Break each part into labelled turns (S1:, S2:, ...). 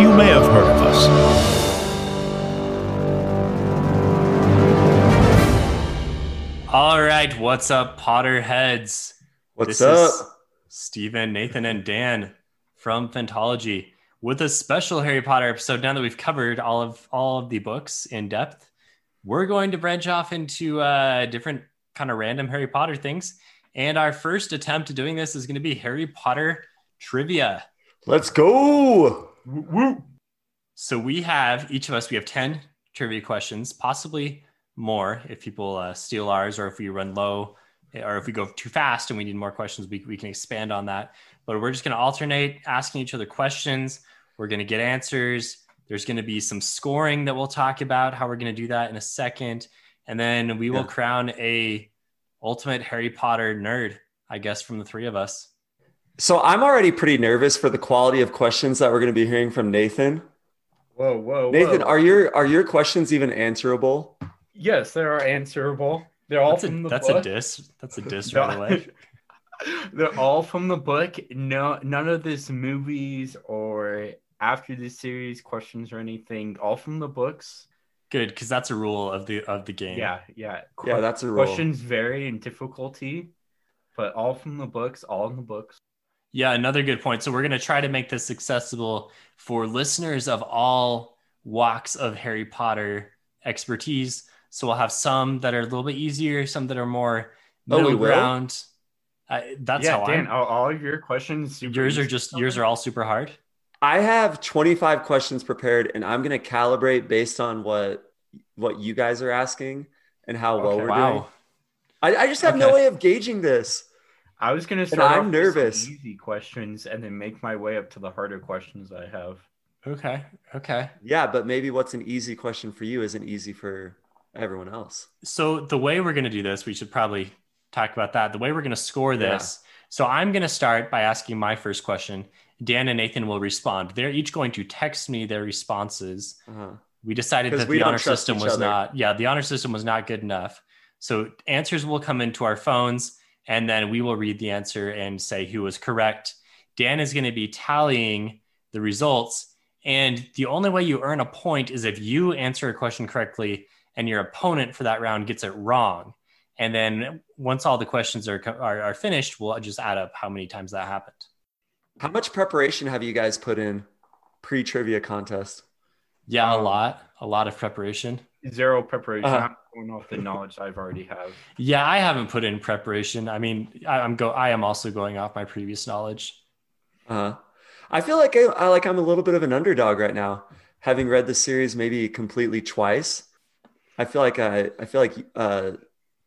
S1: You may have heard of us.
S2: All right, what's up, Potterheads?
S3: What's
S2: This
S3: up?
S2: is Steven, Nathan, and Dan from Phantology with a special Harry Potter episode. Now that we've covered all of all of the books in depth, we're going to branch off into uh, different kind of random Harry Potter things. And our first attempt at doing this is going to be Harry Potter trivia.
S3: Let's go.
S2: So we have each of us. We have ten trivia questions, possibly more if people uh, steal ours, or if we run low, eh, or if we go too fast and we need more questions, we we can expand on that. But we're just going to alternate asking each other questions. We're going to get answers. There's going to be some scoring that we'll talk about how we're going to do that in a second, and then we will
S3: Yeah.
S2: crown a ultimate Harry Potter nerd, I guess, from the three of us.
S3: So I'm already pretty nervous for the quality of questions that we're going to be hearing from Nathan.
S4: Whoa, whoa,
S2: Oh,
S4: whoa.
S3: Nathan, are your are your questions even answerable?
S4: yes, they are answerable. They're all
S2: That's
S4: from
S2: a
S4: the
S2: that's a
S4: book.
S2: diss. That's a diss
S4: No.
S2: right away.
S4: They're all from the book. No, none of this movies or after the series questions or anything. All from the books.
S2: Good, because that's a rule of the of the game.
S4: Yeah, yeah.
S3: Yeah,
S4: Que-
S3: that's a rule.
S4: questions vary in difficulty, but all from the books. All in the books.
S2: Yeah, another good point. So we're going to try to make this accessible for listeners of all walks of Harry Potter expertise. So we'll have some that are a little bit easier, some that are more
S3: Oh, we
S2: middle
S3: will?
S2: ground. Uh, that's
S4: yeah,
S2: how
S4: Dan.
S2: I'm.
S4: All, all of your questions. super
S2: Yours are
S4: easy.
S2: just yours are all super hard.
S3: I have 25 questions prepared, and I'm going to calibrate based on what what you guys are asking and how well
S4: Okay.
S3: we're doing.
S2: Wow.
S3: I, I just have no
S2: Okay.
S3: way of gauging this.
S4: I was gonna
S3: And
S4: start.
S3: I'm
S4: off with some
S3: nervous.
S4: Easy questions, and then make my way up to the harder questions I have.
S2: Okay. Okay.
S3: Yeah, but maybe what's an easy question for you isn't easy for everyone else.
S2: So the way we're going to do this, we should probably talk about that. The way we're going to score this. So I'm going to start by asking my first question. Dan and Nathan will respond. They're each going to text me their responses.
S3: Uh-huh.
S2: We decided
S3: 'Cause
S2: that
S3: we
S2: the
S3: don't
S2: honor
S3: trust
S2: system
S3: each
S2: was
S3: other.
S2: not. Yeah, the honor system was not good enough. So answers will come into our phones, and then we will read the answer and say who was correct. Dan is going to be tallying the results, and the only way you earn a point is if you answer a question correctly and your opponent for that round gets it wrong. And then once all the questions are co- are, are finished, we'll just add up how many times that happened.
S3: How much preparation have you guys put in pre trivia contest?
S2: Yeah, a
S4: Um,
S2: lot, a lot of preparation.
S4: Zero preparation.
S3: Uh-huh.
S4: I'm going off the knowledge I've already have.
S2: Yeah, I haven't put in preparation. I mean, I, I'm go. I am also going off my previous knowledge.
S3: Uh, I feel like I, I like I'm a little bit of an underdog right now, having read the series maybe completely twice. I feel like I I feel like uh,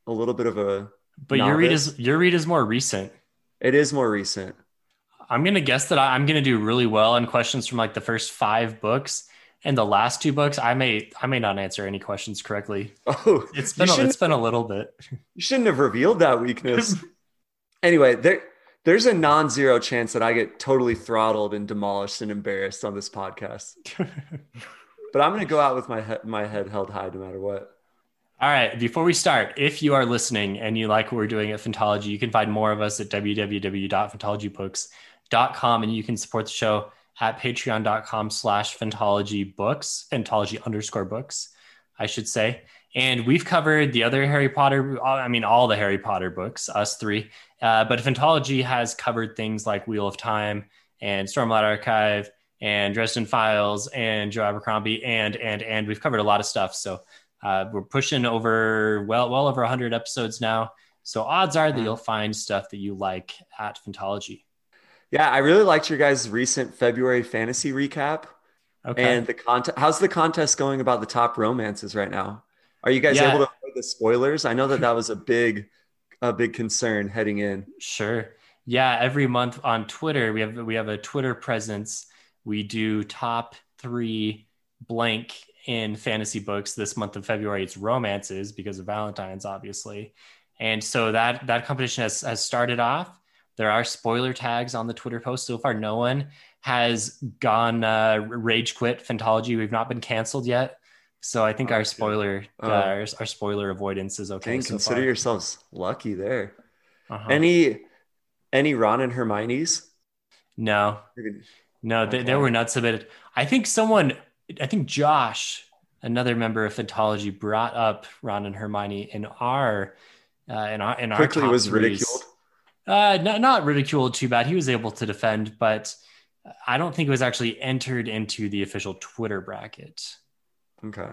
S3: a little bit of a
S2: But your read
S3: Novice.
S2: is your read is more recent.
S3: it is more recent.
S2: I'm gonna guess that I, I'm gonna do really well in questions from like the first five books and the last two books. I may I may not answer any questions correctly.
S3: Oh,
S2: It's been
S3: you
S2: a,
S3: shouldn't,
S2: it's been a little bit.
S3: you shouldn't have revealed that weakness. anyway, there there's a non-zero chance that I get totally throttled and demolished and embarrassed on this podcast. But I'm gonna go out with my he- my head held high no matter what.
S2: All right, before we start, if you are listening and you like what we're doing at Phantology, you can find more of us at www.phantologybooks.com and you can support the show at patreon.com slash phantology books, phantology underscore books, I should say. And we've covered the other Harry Potter, I mean, all the Harry Potter books, us three. Uh, but Phantology has covered things like Wheel of Time and Stormlight Archive and Dresden Files and Joe Abercrombie and, and, and we've covered a lot of stuff. So uh, we're pushing over well, well over 100 episodes now. So odds are that you'll find stuff that you like at Phantology.
S3: Yeah, I really liked your guys' recent February fantasy recap.
S2: Okay.
S3: And the contest, how's the contest going about the top romances right now? Are you guys
S2: Yeah.
S3: able to avoid the spoilers? I know that that was a big a big concern heading in.
S2: Sure. Yeah, every month on Twitter, we have we have a Twitter presence. We do top 3 blank in fantasy books this month of February. It's romances because of Valentine's obviously. And so that that competition has has started off. There are spoiler tags on the Twitter post so far. No one has gone uh, rage quit Fantology. We've not been canceled yet. So I think
S4: Oh,
S2: our
S4: good.
S2: spoiler uh,
S3: Oh.
S2: our, our spoiler avoidance is okay.
S3: Dang,
S2: so
S3: consider
S2: far.
S3: yourselves lucky there.
S2: Uh-huh.
S3: Any any Ron and Hermione's?
S2: no, No, they, they
S3: Okay.
S2: were not submitted. I think someone, I think Josh, another member of Phantology, brought up Ron and Hermione in our, uh, in our, in our
S3: Quickly
S2: top
S3: was
S2: threes.
S3: ridiculed.
S2: Uh, not, not ridiculed too bad. He was able to defend, but I don't think it was actually entered into the official Twitter bracket.
S3: Okay.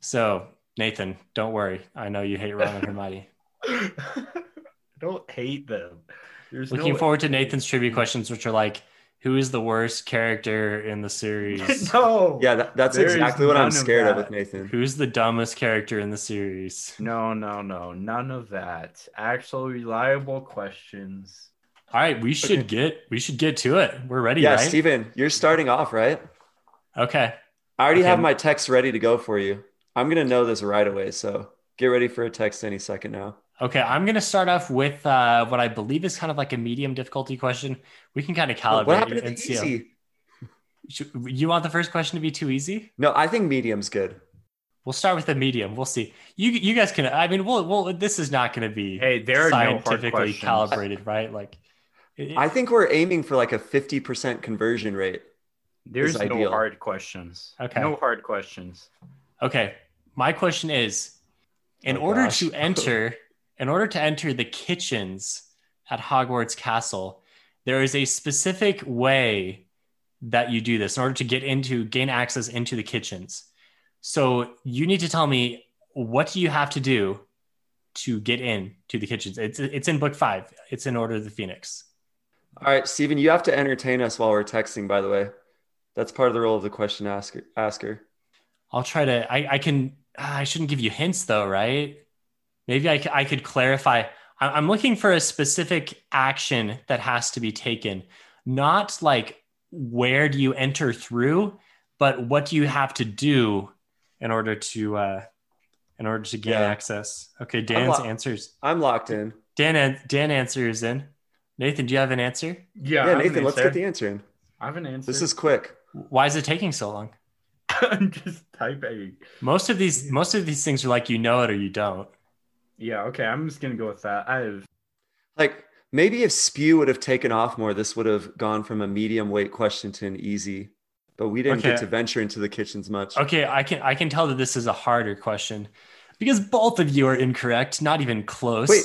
S2: So Nathan, don't worry. I know you hate Ron and Hermione.
S4: I don't hate them. There's
S2: Looking
S4: no-
S2: forward to Nathan's trivia questions, which are like, who is the worst character in the series?
S4: no.
S3: Yeah, that, that's
S4: There is
S3: exactly what
S4: none
S3: I'm
S4: of
S3: scared of,
S4: that.
S3: with Nathan.
S2: Who's the dumbest character in the series?
S4: No, no, no, none of that. Actual reliable questions.
S2: All right, we should get we should get to it. We're ready,
S3: Yeah,
S2: right?
S3: Steven, you're starting off, right?
S2: Okay.
S3: I already
S2: Okay.
S3: have my text ready to go for you. I'm gonna know this right away, so get ready for a text any second now.
S2: Okay, I'm going to start off with uh, what I believe is kind of like a medium difficulty question. We can kind of calibrate
S3: what happened
S2: it
S3: to the
S2: and see how-
S3: easy?
S2: Should- You want the first question to be too easy?
S3: No, I think medium's good.
S2: We'll start with the medium. We'll see. You you guys can I mean, we'll we'll this is not going to be
S4: Hey, there are no hard
S2: scientifically
S4: questions.
S2: calibrated, right? Like it-
S3: I think we're aiming for like a 50% conversion rate.
S4: There's
S3: is
S4: no
S3: ideal.
S4: hard questions.
S2: Okay.
S4: No hard questions.
S2: Okay. My question is in
S3: Oh,
S2: order
S3: gosh.
S2: to enter in order to enter the kitchens at Hogwarts Castle, there is a specific way that you do this in order to get into gain access into the kitchens. So you need to tell me what do you have to do to get in to the kitchens. It's it's in book 5. It's in Order of the Phoenix.
S3: All right, Steven, you have to entertain us while we're texting, by the way. That's part of the role of the question asker. asker.
S2: I'll try to. I, I can. ah, I shouldn't give you hints though, right? Maybe I, c- I could clarify. I- I'm looking for a specific action that has to be taken, not like where do you enter through, but what do you have to do in order to uh, in order to gain
S3: Yeah.
S2: access? Okay, Dan's
S3: lo-
S2: answers.
S3: I'm locked in.
S2: Dan an- Dan answer is in. Nathan, do you have an answer?
S4: Yeah,
S3: yeah, Nathan, let's get the answer in.
S4: I have an answer.
S3: This is quick.
S2: Why is it taking so long?
S4: I'm just typing.
S2: Most of these most of these things are like you know it or you don't.
S4: Yeah, okay. I'm just gonna go with that. I have
S3: Like maybe if Spew would have taken off more, this would have gone from a medium weight question to an easy. But we didn't
S2: Okay.
S3: get to venture into the kitchens much.
S2: Okay, I can I can tell that this is a harder question because both of you are incorrect, not even close.
S3: Wait,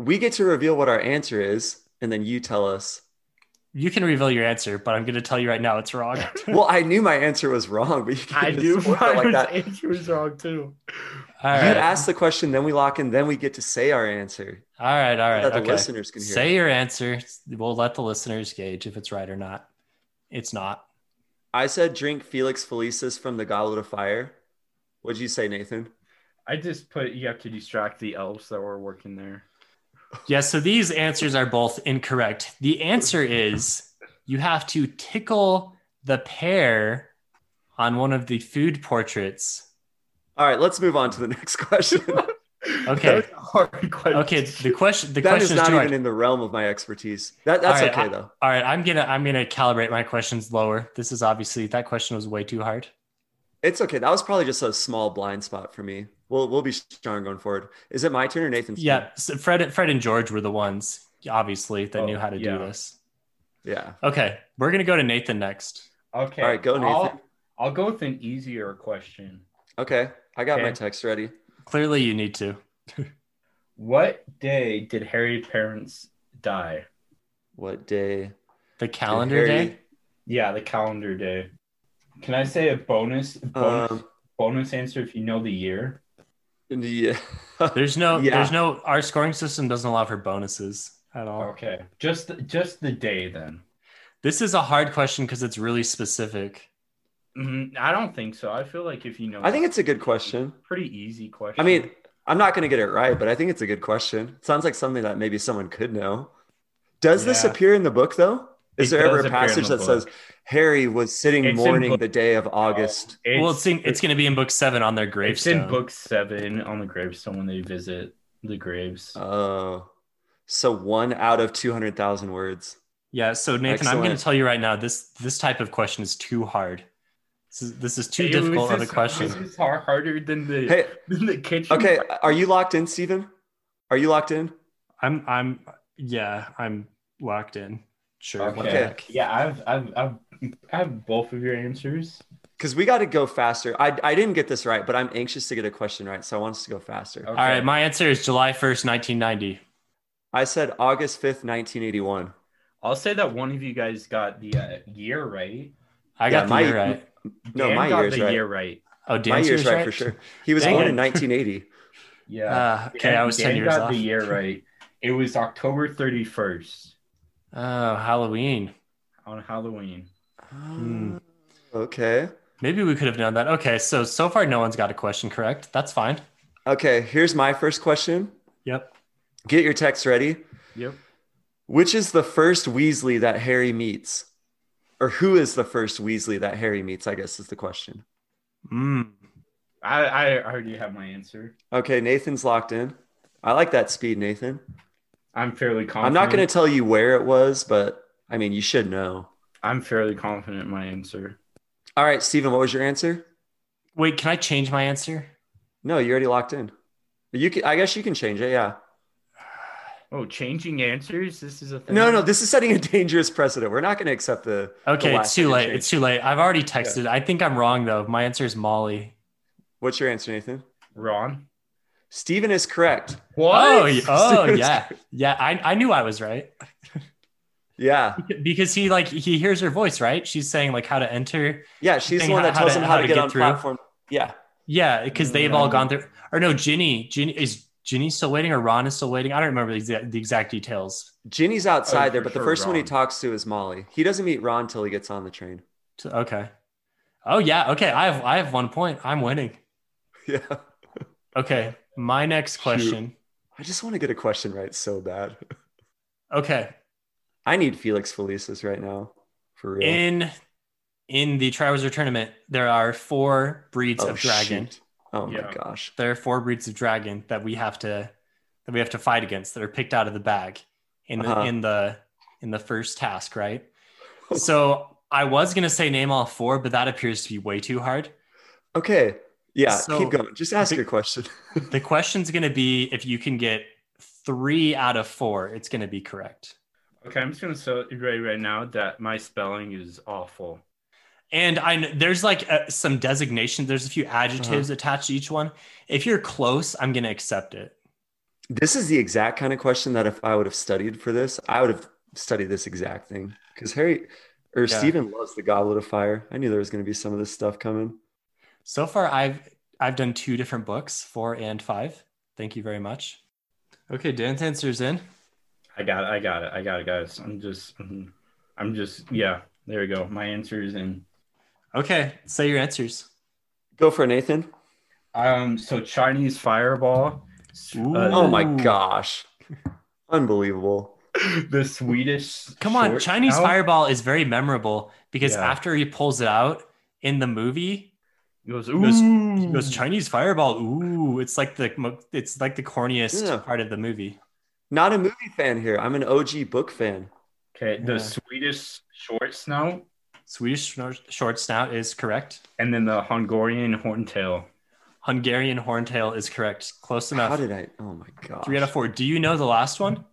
S3: we get to reveal what our answer is, and then you tell us.
S2: You can reveal your answer, but I'm going to tell you right now it's wrong.
S3: Well, I knew my answer was wrong, but you can't
S4: Hmm. I
S3: just
S4: do
S3: spoil it like
S4: like
S3: that.
S4: answer was wrong too.
S2: all
S3: You
S2: right.
S3: ask the question, then we lock in, then we get to say our answer.
S2: all right, all right.
S3: that the
S2: okay.
S3: listeners can hear.
S2: Say your answer. We'll let the listeners gauge if it's right or not. It's not.
S3: I said drink Felix Felicis from the Goblet of Fire. What'd you say, Nathan?
S4: I just put you have to distract the elves that were working there.
S2: Yeah, so these answers are both incorrect. The answer is you have to tickle the pear on one of the food portraits.
S3: All right, let's move on to the next question.
S4: That
S2: Okay.
S4: was a hard question.
S2: Okay, the question the
S3: that
S2: question
S3: is not
S2: too hard.
S3: even in the realm of my expertise. That, that's
S2: All right,
S3: okay,
S2: I-
S3: though.
S2: All right, I'm gonna I'm gonna calibrate my questions lower. This is obviously that question was way too hard.
S3: It's okay. That was probably just a small blind spot for me. We'll, we'll be strong going forward. Is it my turn or Nathan's? turn?
S2: Yeah, so Fred Fred and George were the ones obviously that
S4: Oh,
S2: knew how to
S4: yeah.
S2: do this.
S3: Yeah.
S2: Okay, we're gonna go to Nathan next.
S4: Okay.
S3: All right, go, Nathan.
S4: I'll, I'll go with an easier question.
S3: Okay. I got my
S4: Okay.
S3: text ready.
S2: Clearly, you need to.
S4: What day did Harry's parents die?
S3: What day?
S2: The calendar
S3: Harry-
S2: day.
S4: Yeah, the calendar day. Can I say a bonus bonus,
S3: Um,
S4: bonus answer if you know the year?
S3: yeah.
S2: There's no
S3: Yeah.
S2: there's no our scoring system doesn't allow for bonuses at all.
S4: Okay, just the, just the day then.
S2: This is a hard question because it's really specific.
S4: Mm, I Mm-hmm. don't think so. I feel like if you know,
S3: I think it's a good question.
S4: pretty easy question.
S3: I mean, I'm not going to get it right, but I think it's a good question. Sounds like something that maybe someone could know. Does this
S4: Yeah.
S3: appear in the book though? Is
S4: It
S3: there
S4: does
S3: ever a
S4: appear in
S3: passage
S4: the
S3: that says Harry was sitting
S4: It's in
S3: mourning
S4: book-
S3: the day of August?
S4: It's,
S2: well, it's in, it's going to be in book seven on their
S4: it's
S2: gravestone.
S4: in book seven on the gravestone when they visit the graves.
S3: Oh, so one out of two hundred thousand words.
S2: Yeah. So Nathan, I'm going
S3: Excellent.
S2: to tell you right now this this type of question is too hard. This is, this is too
S4: It was
S2: difficult of a
S4: just-
S2: question.
S4: This is har- harder than the,
S3: Hey,
S4: than the kitchen.
S3: okay, are you locked in, Steven? Are you locked in?
S2: I'm I'm yeah I'm locked in. Sure. what the
S4: Okay.
S2: heck.
S4: Yeah, I've, I've, I've, I have both of your answers.
S3: Because we got to go faster. I, I didn't get this right, but I'm anxious to get a question right, so I want us to go faster.
S4: Okay.
S2: All right. My answer is July 1st, 1990.
S3: I said August 5th, 1981.
S4: I'll say that one of you guys got the uh, year right.
S2: I
S3: Yeah,
S2: got the
S3: my-
S2: year right.
S3: No,
S4: Dan
S3: my
S4: got
S3: year's
S4: the
S3: right.
S4: year right.
S2: Oh,
S3: my
S2: Dan,
S3: year's right, for sure. He was
S2: Dang
S3: born
S2: it.
S3: in 1980.
S4: Yeah.
S2: Uh, okay,
S4: Dan-
S2: I was 10
S4: Dan
S2: years
S4: got
S2: off.
S4: the year right. It was October 31st
S2: Oh, Halloween.
S4: on Halloween.
S3: Okay.
S2: Maybe we could have known that. Okay, so so far no one's got a question correct. That's fine.
S3: Okay, here's my first question.
S2: Yep.
S3: Get your text ready.
S4: Yep.
S3: Which is the first Weasley that Harry meets? Or who is the first Weasley that Harry meets, I guess is the question.
S2: Mm.
S4: I, I already have my answer.
S3: Okay, Nathan's locked in. I like that speed, Nathan.
S4: I'm fairly confident.
S3: I'm not going to tell you where it was, but I mean, you should know.
S4: I'm fairly confident in my answer.
S3: All right, Steven, what was your answer?
S2: Wait, can I change my answer?
S3: No, you already locked in. You can, I guess you can change it. Yeah.
S4: Oh, changing answers? This is a thing.
S3: No, no, this is setting a dangerous precedent. We're not going to accept the.
S2: Okay,
S3: last
S2: it's too
S3: second
S2: late.
S3: change.
S2: It's too late. I've already texted. I think I'm wrong though. My answer is Molly.
S3: What's your answer, Nathan?
S4: Ron.
S3: Steven is correct.
S4: What?
S2: Oh, y- oh
S3: Steven's
S2: yeah. Yeah, I, I knew I was right.
S3: Yeah.
S2: Because he like he hears her voice, right? She's saying like how to enter.
S3: Yeah. She's the
S2: Saying
S3: one
S2: how-
S3: that
S2: how
S3: tells
S2: to-
S3: him
S2: how
S3: how to
S2: to
S3: get
S2: get
S3: on
S2: through.
S3: platform. Yeah.
S2: Yeah, because they've all
S4: Yeah.
S2: gone through or no, Ginny. Ginny is Ginny still waiting or Ron is still waiting? I don't remember the exact, the exact details.
S3: Ginny's outside
S4: Oh,
S3: there,
S4: for
S3: but the
S4: sure,
S3: first one he
S4: Ron.
S3: talks to is Molly. He doesn't meet Ron till he gets on the train.
S2: So- Okay. Oh yeah, okay. I have I have one point. I'm winning.
S3: Yeah.
S2: Okay, my next question.
S3: I just want to get a question right so bad.
S2: Okay,
S3: I need Felix Felicis right now. For real.
S2: in in the Triwizard Tournament, there are four breeds
S3: oh,
S2: of dragon.
S3: shoot. Oh my
S4: Yeah.
S3: gosh.
S2: There are four breeds of dragon that we have to that we have to fight against that are picked out of the bag in the
S3: Uh-huh.
S2: in the in the first task, right? so I was gonna say name all four, but that appears to be way too hard.
S3: Okay. Yeah.
S2: So-
S3: keep going. Just ask
S2: Big-
S3: your question.
S2: The question's gonna be if you can get three out of four, it's gonna be correct.
S4: Okay, I'm just going to say right, right now that my spelling is awful.
S2: And I kn- there's like uh some designations. There's a few adjectives attached to each one. If you're close, I'm gonna accept it.
S3: This is the exact kind of question that if I would have studied for this, I would have studied this exact thing because Harry or
S2: Yeah.
S3: Stephen loves the Goblet of Fire. I knew there was going to be some of this stuff coming.
S2: So far, I've I've done two different books, four and five. Thank you very much. Okay, Dan's answer's in.
S4: I got it. I got it. I got it, guys. I'm just, mhm. I'm just, yeah, there we go. My answer is in.
S2: Okay, say your answers.
S3: Go for it, Nathan.
S4: Um, so Chinese fireball, s-
S2: Ooh.
S3: Oh
S4: uh,
S3: my
S2: Ooh.
S3: gosh. Unbelievable.
S4: the Swedish.
S2: Come on,
S4: short
S2: Chinese
S4: out.
S2: fireball is very memorable because
S4: Yeah.
S2: after he pulls it out in the movie,
S4: It goes,
S2: goes-
S4: ooh.
S2: he goes Chinese fireball. Ooh, it's like the mo- it's like the corniest
S3: Yeah.
S2: part of the movie.
S3: Not a movie fan here. I'm an OG book fan.
S4: Okay, the
S2: Yeah.
S4: Swedish short snout,
S2: Swedish snor- short snout is correct.
S4: and then the Hungarian horntail.
S2: Hungarian horntail is correct. Close enough.
S3: How did I? Oh my gosh.
S2: Three out of four. Do you know the last one?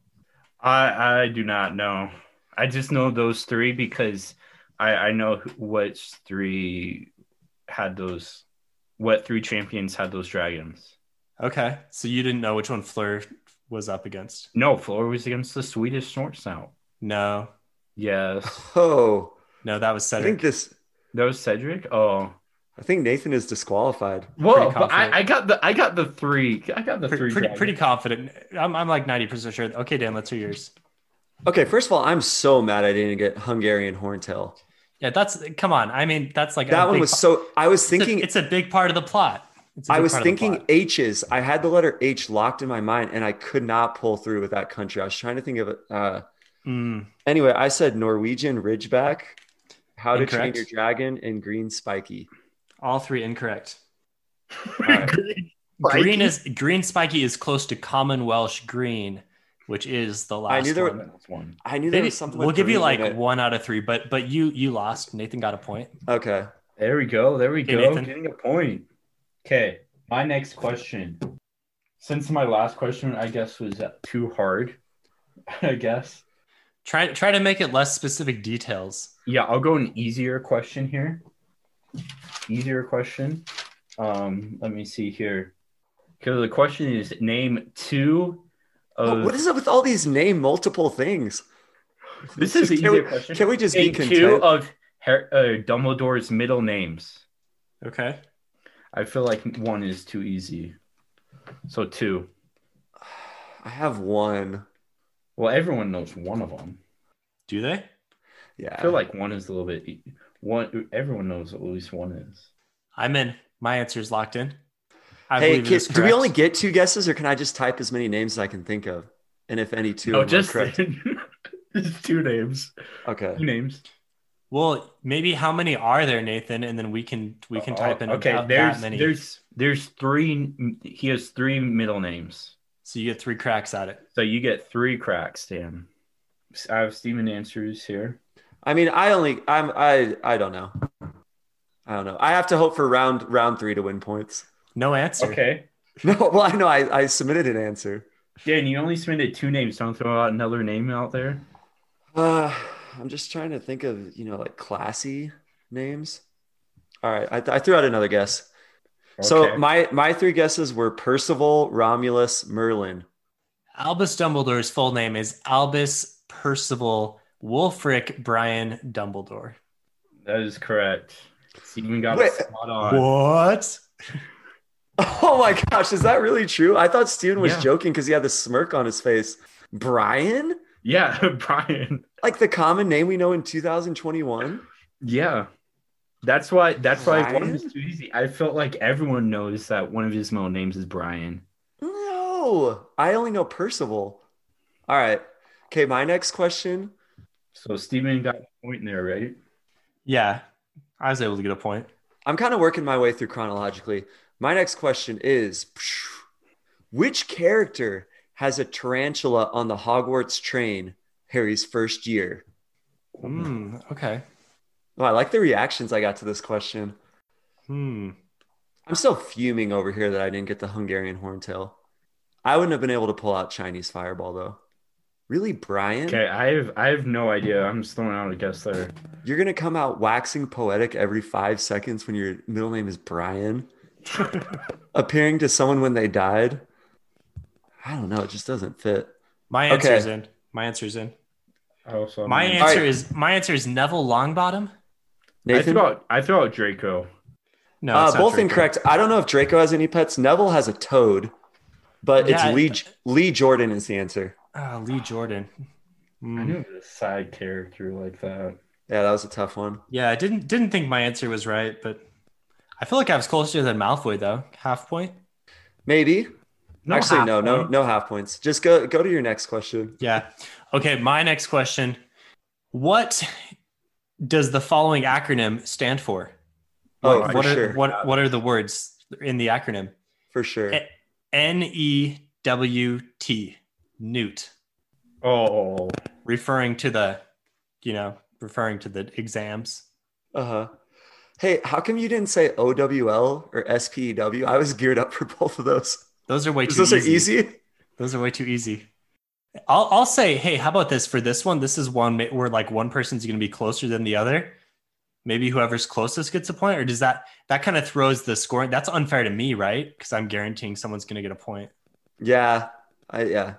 S4: I I do not know. I just know those three because I I know wh- which three had those, what three champions had those dragons.
S2: Okay, so you didn't know which one Fleur was up against.
S4: No, Flor was against the Swedish short snout.
S2: No,
S4: Yes,
S3: Oh,
S2: no, that was
S3: I
S2: Cedric.
S3: think this.
S4: that was Cedric. Oh,
S3: I think Nathan is disqualified.
S4: whoa!
S2: Pretty
S4: But
S2: confident.
S4: I, I got the I got the three. I got the
S2: pretty,
S4: three.
S2: pretty,
S4: dragons.
S2: pretty confident. I'm, I'm like 90% sure. Okay, Dan, let's hear yours.
S3: Okay, first of all, I'm so mad I didn't get Hungarian Horntail.
S2: Yeah, that's come on. I mean, that's like a
S3: That one
S2: big
S3: was
S2: pa-
S3: so. I was
S2: it's a-
S3: thinking
S2: it's a, big part of the plot. It's a
S3: I
S2: big
S3: was
S2: part of the
S3: thinking
S2: plot.
S3: H's. I had the letter H locked in my mind, and I could not pull through with that country. I was trying to think of it. Uh,
S2: Mm,
S3: anyway, I said Norwegian Ridgeback, How to
S2: Incorrect.
S3: Train Your Dragon, and Green Spiky.
S2: all three incorrect.
S3: right.
S4: Green
S2: Green is green spiky is close to common Welsh green, which is the last
S3: knew there
S2: one.
S3: were-
S4: That's one.
S3: I knew there
S2: Maybe-
S3: was something.
S2: we'll
S3: with
S2: give you
S3: green
S2: like
S3: in it.
S2: one out of three, but but you you lost. Nathan got a point.
S3: Okay.
S4: There we go. There we
S2: Hey,
S4: go.
S2: Nathan.
S4: Getting a point. Okay. My next question. Since my last question, I guess, was too hard, I guess.
S2: Try try to make it less specific details.
S4: Yeah, I'll go an easier question here. Easier question. Um, let me see here. Because the question is name two
S3: What-
S4: of
S3: Oh, what is up with all these name multiple things?
S4: this is an
S3: Can
S4: easier
S3: we-
S4: question.
S3: Can we just be
S4: name two
S3: content?
S4: of Her- uh, Dumbledore's middle names.
S2: Okay.
S4: I feel like one is too easy. So two.
S3: I have one.
S4: Well, everyone knows one of them.
S2: Do they?
S3: Yeah.
S4: I feel like one is a little bit e- one. Everyone knows at least one is.
S2: I'm in. My answer is locked in. I
S3: hey,
S2: believe it
S3: kid,
S2: is
S3: do we
S2: correct.
S3: only get two guesses, or can I just type as many names as I can think of? And if any two,
S4: No,
S3: are
S4: Oh, just
S3: correct.
S4: it's two names.
S3: Okay.
S4: Two names.
S2: Well, maybe how many are there, Nathan, and then we can we can type in
S4: Oh, Okay,
S2: about
S4: there's
S2: that many.
S4: there's there's three. He has three middle names,
S2: So you get three cracks at it.
S4: so you get three cracks. Dan, I have Steven answers here.
S3: I mean, I only, I'm, I, I don't know. I don't know. I have to hope for round round three to win points.
S2: No answer.
S4: Okay,
S3: No, well, I know I, I submitted an answer.
S4: Dan, you only submitted two names. Don't throw out another name out there.
S3: Uh, I'm just trying to think of, you know, like classy names. All right, I, I threw out another guess. So
S4: Okay.
S3: my my three guesses were Percival, Romulus, Merlin.
S2: Albus Dumbledore's full name is Albus Percival Wolfric Brian Dumbledore.
S4: that is correct. Steven got
S3: Wait.
S4: it spot on.
S2: What?
S3: Oh my gosh, is that really true? I thought Steven was
S4: Yeah.
S3: joking because he had this smirk on his face. Brian?
S4: Yeah, Brian.
S3: Like the common name we know in 2021?
S4: Yeah. That's why that's why one
S3: Brian?
S4: was too easy. I felt like everyone knows that one of his middle names is Brian.
S3: No, I only know Percival. All right. Okay, my next question.
S4: So Steven got a point there, right?
S2: Yeah, I was able to get a point.
S3: I'm kind of working my way through chronologically. My next question is which character has a tarantula on the Hogwarts train Harry's first year?
S2: Hmm. Okay.
S3: Oh, I like the reactions I got to this question.
S2: Hmm.
S3: I'm still fuming over here that I didn't get the Hungarian horntail. I wouldn't have been able to pull out Chinese fireball though. Really, Brian?
S4: Okay, I have I have no idea. I'm just throwing out a guess there.
S3: You're gonna come out waxing poetic every five seconds when your middle name is Brian, appearing to someone when they died. I don't know. It just doesn't fit.
S2: My
S3: Okay.
S2: answer's in. My answer's in.
S4: I also have
S2: My
S4: no-
S2: answer
S3: right.
S2: is my answer is Neville Longbottom.
S4: I
S3: Nathan,
S4: throw out I throw out Draco.
S2: No,
S3: uh,
S2: it's not
S3: both
S2: Draco.
S3: incorrect. I don't know if Draco has any pets. Neville has a toad, but
S2: Yeah, I-
S3: it's Lee Lee Jordan is the answer.
S2: Ah, Lee Jordan. Hmm.
S4: I knew it was a side character like that.
S3: Yeah, that was a tough one.
S2: Yeah, I didn't didn't think my answer was right, but I feel like I was closer than Malfoy though. Half point.
S3: Maybe.
S4: No
S3: Actually,
S4: half
S3: no, no,
S4: point.
S3: no half points. Just go go to your next question.
S2: Yeah. Okay, my next question. What does the following acronym stand for?
S3: Oh,
S2: Like,
S3: for
S2: what are
S3: sure.
S2: what what are the words in the acronym?
S3: For sure.
S2: Eh. N E W T. Newt.
S4: Oh
S2: Referring to the, you know, referring to the exams.
S3: Uh-huh. Hey, how come you didn't say OWL or SPEW? I was geared up for both of those.
S2: Those are way too
S3: Those are
S2: easy.
S3: easy.
S2: Those are way too easy. I'll I'll say, hey, how about this for this one? This is one ma- where like one person's going to be closer than the other. Maybe whoever's closest gets a point, or does that that kind of throws the scoring? That's unfair to me, right? Because I'm guaranteeing someone's going to get a point.
S3: Yeah. I, yeah.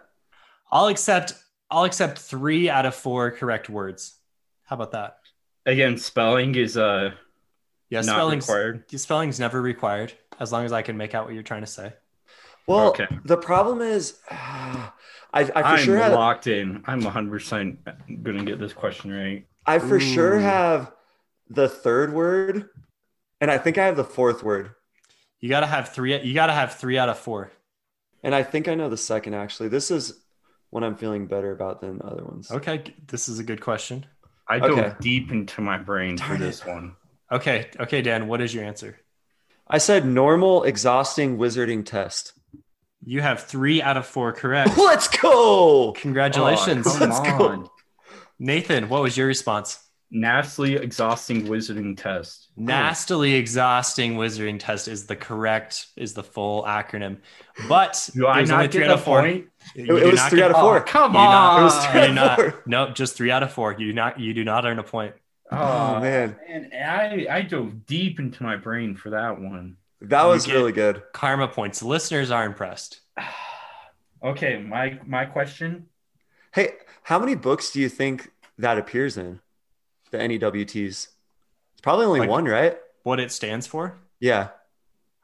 S2: I'll accept. I'll accept three out of four correct words. How about that?
S4: again, spelling is uh
S2: Yeah,
S4: not
S2: spelling's
S4: required.
S2: spelling's never required as long as I can make out what you're trying to say.
S3: Well,
S4: Okay.
S3: the problem is ah, I, I for
S4: I'm
S3: sure have
S4: locked in. I'm 100% going to get this question right.
S3: I for sure
S2: Ooh.
S3: have the third word and I think I have the fourth word.
S2: You gotta have three. You gotta have three out of four.
S3: And I think I know the second actually. This is one I'm feeling better about than other ones.
S2: Okay, this is a good question.
S4: I dove
S3: Okay.
S4: deep into my brain for
S3: Darn
S4: this one.
S2: Okay, okay, Dan, what is your answer?
S3: I said normal, exhausting, wizarding test.
S2: You have three out of four correct.
S3: Let's go.
S2: Congratulations,
S4: Oh, come
S3: Let's go.
S4: on.
S2: Nathan. What was your response?
S4: Nastily exhausting wizarding test.
S2: Nastily exhausting wizarding test is the correct is the full acronym, but
S4: Do I
S2: there's
S4: not
S2: only
S4: get
S2: three
S4: the
S2: out of four.
S4: point?
S3: It, it was three out of four.
S4: Come
S2: You do not-
S4: on.
S3: It was three
S2: You
S3: out
S2: do
S3: of
S2: not.
S3: four.
S2: Nope, just three out of four. You do not. You do not earn a point.
S3: Oh, man.
S4: man. I, I dove deep into my brain for that one.
S3: That
S2: You
S3: was
S2: get-
S3: really good.
S2: Karma points. Listeners are impressed.
S4: Okay, my my question.
S3: Hey, how many books do you think that appears in? The NEWTs. It's probably only
S2: Like-
S3: one, right?
S2: What it stands for?
S3: Yeah.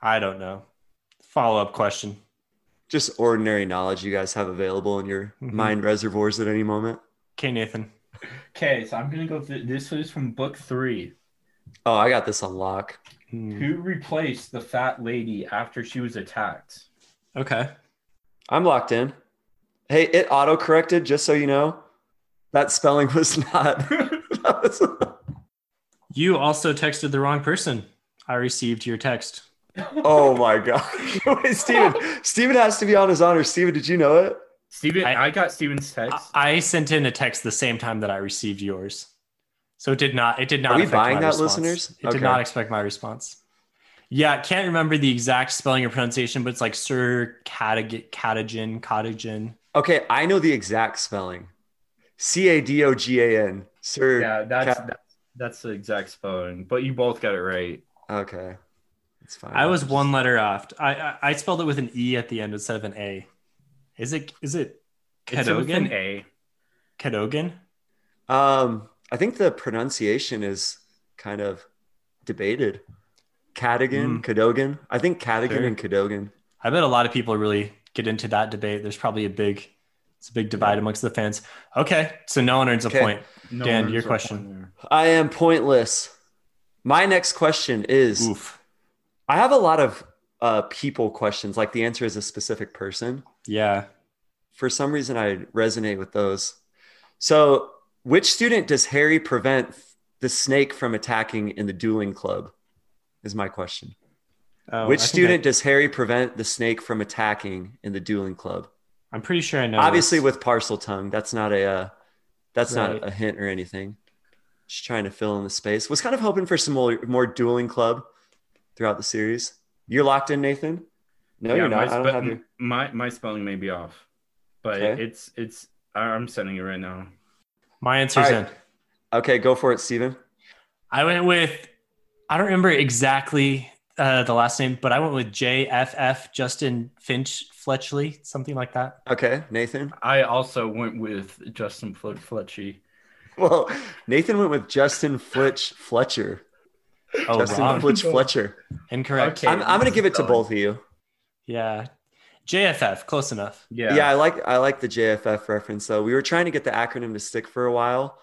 S2: I don't know. Follow up question.
S3: Just ordinary knowledge you guys have available in your
S2: Mhm.
S3: mind reservoirs at any moment.
S2: Okay, Nathan.
S4: Okay, so I'm gonna go. Th- this is from book three.
S3: Oh, I got this on lock.
S2: Hmm,
S4: Who replaced the fat lady after she was attacked?
S2: Okay.
S3: I'm locked in. Hey, it auto corrected, just so you know. That spelling was not. that was-
S2: You also texted the wrong person. I received your text.
S3: oh my God. Wait, Steven. Steven has to be on his honor. Steven, did you know it?
S4: Steven,
S2: I-
S4: I, got Steven's text.
S2: I, I sent in a text the same time that I received yours, so it did not. It did not.
S3: Are we
S2: affect
S3: buying
S2: my
S3: that,
S2: response.
S3: listeners?
S2: It
S3: Okay.
S2: did not expect my response. Yeah, I can't remember the exact spelling or pronunciation, but it's like Sir Catagen, Catagen.
S3: Okay, I know the exact spelling. C A D O G A N. Sir.
S4: yeah, that's,
S3: Cap-
S4: that's that's the exact spelling. But you both got it right.
S3: Okay. It's fine.
S2: I was one letter off. I, I I spelled it with an e at the end instead of an a. Is it is it
S4: It's with
S2: Cadogan?
S4: an A.
S2: Cadogan?
S3: Um, I think the pronunciation is kind of debated. Cadogan,
S2: Mm.
S3: Cadogan. I think Cadogan
S2: Sure.
S3: and Cadogan.
S2: I bet a lot of people really get into that debate. There's probably a big it's a big divide amongst the fans. Okay, so no one earns a
S3: Okay.
S2: point.
S4: No
S2: Dan,
S4: one's
S2: your
S4: up on
S2: question.
S4: there.
S3: I am pointless. My next question is
S2: Oof.
S3: I have a lot of uh, people questions, like the answer is a specific person.
S2: Yeah.
S3: For some reason, I resonate with those. So, which student does Harry prevent the snake from attacking in the dueling club? Is my question.
S2: Oh,
S3: Which
S2: I think
S3: student
S2: I-
S3: does Harry prevent the snake from attacking in the dueling club?
S2: I'm pretty sure I know.
S3: Obviously,
S2: this.
S3: with parcel tongue, that's not a uh, that's
S2: Right.
S3: not a hint or anything. Just trying to fill in the space. Was kind of hoping for some more, more dueling club throughout the series. You're locked in, Nathan. No,
S4: Yeah,
S3: you're
S4: my
S3: not. I don't
S4: spe-
S3: have your.
S4: my my spelling may be off, but
S3: Okay.
S4: it's it's. I- I'm sending it right now.
S2: my answer's
S3: All right.
S2: in.
S3: Okay, go for it, Steven.
S2: I went with I don't remember exactly uh, the last name, but I went with JFF Justin Finch Fletchley, something like that.
S3: Okay, Nathan.
S4: I also went with Justin Flet- Fletchy.
S3: Well, Nathan went with Justin Flitch Fletcher.
S2: Oh,
S3: Justin
S2: wrong.
S3: Flitch Fletcher.
S2: Incorrect.
S4: Okay.
S3: I'm, I'm going to give it to both of you.
S2: Yeah. JFF, close enough.
S4: Yeah.
S3: Yeah. I like I like the JFF reference though. We were trying to get the acronym to stick for a while.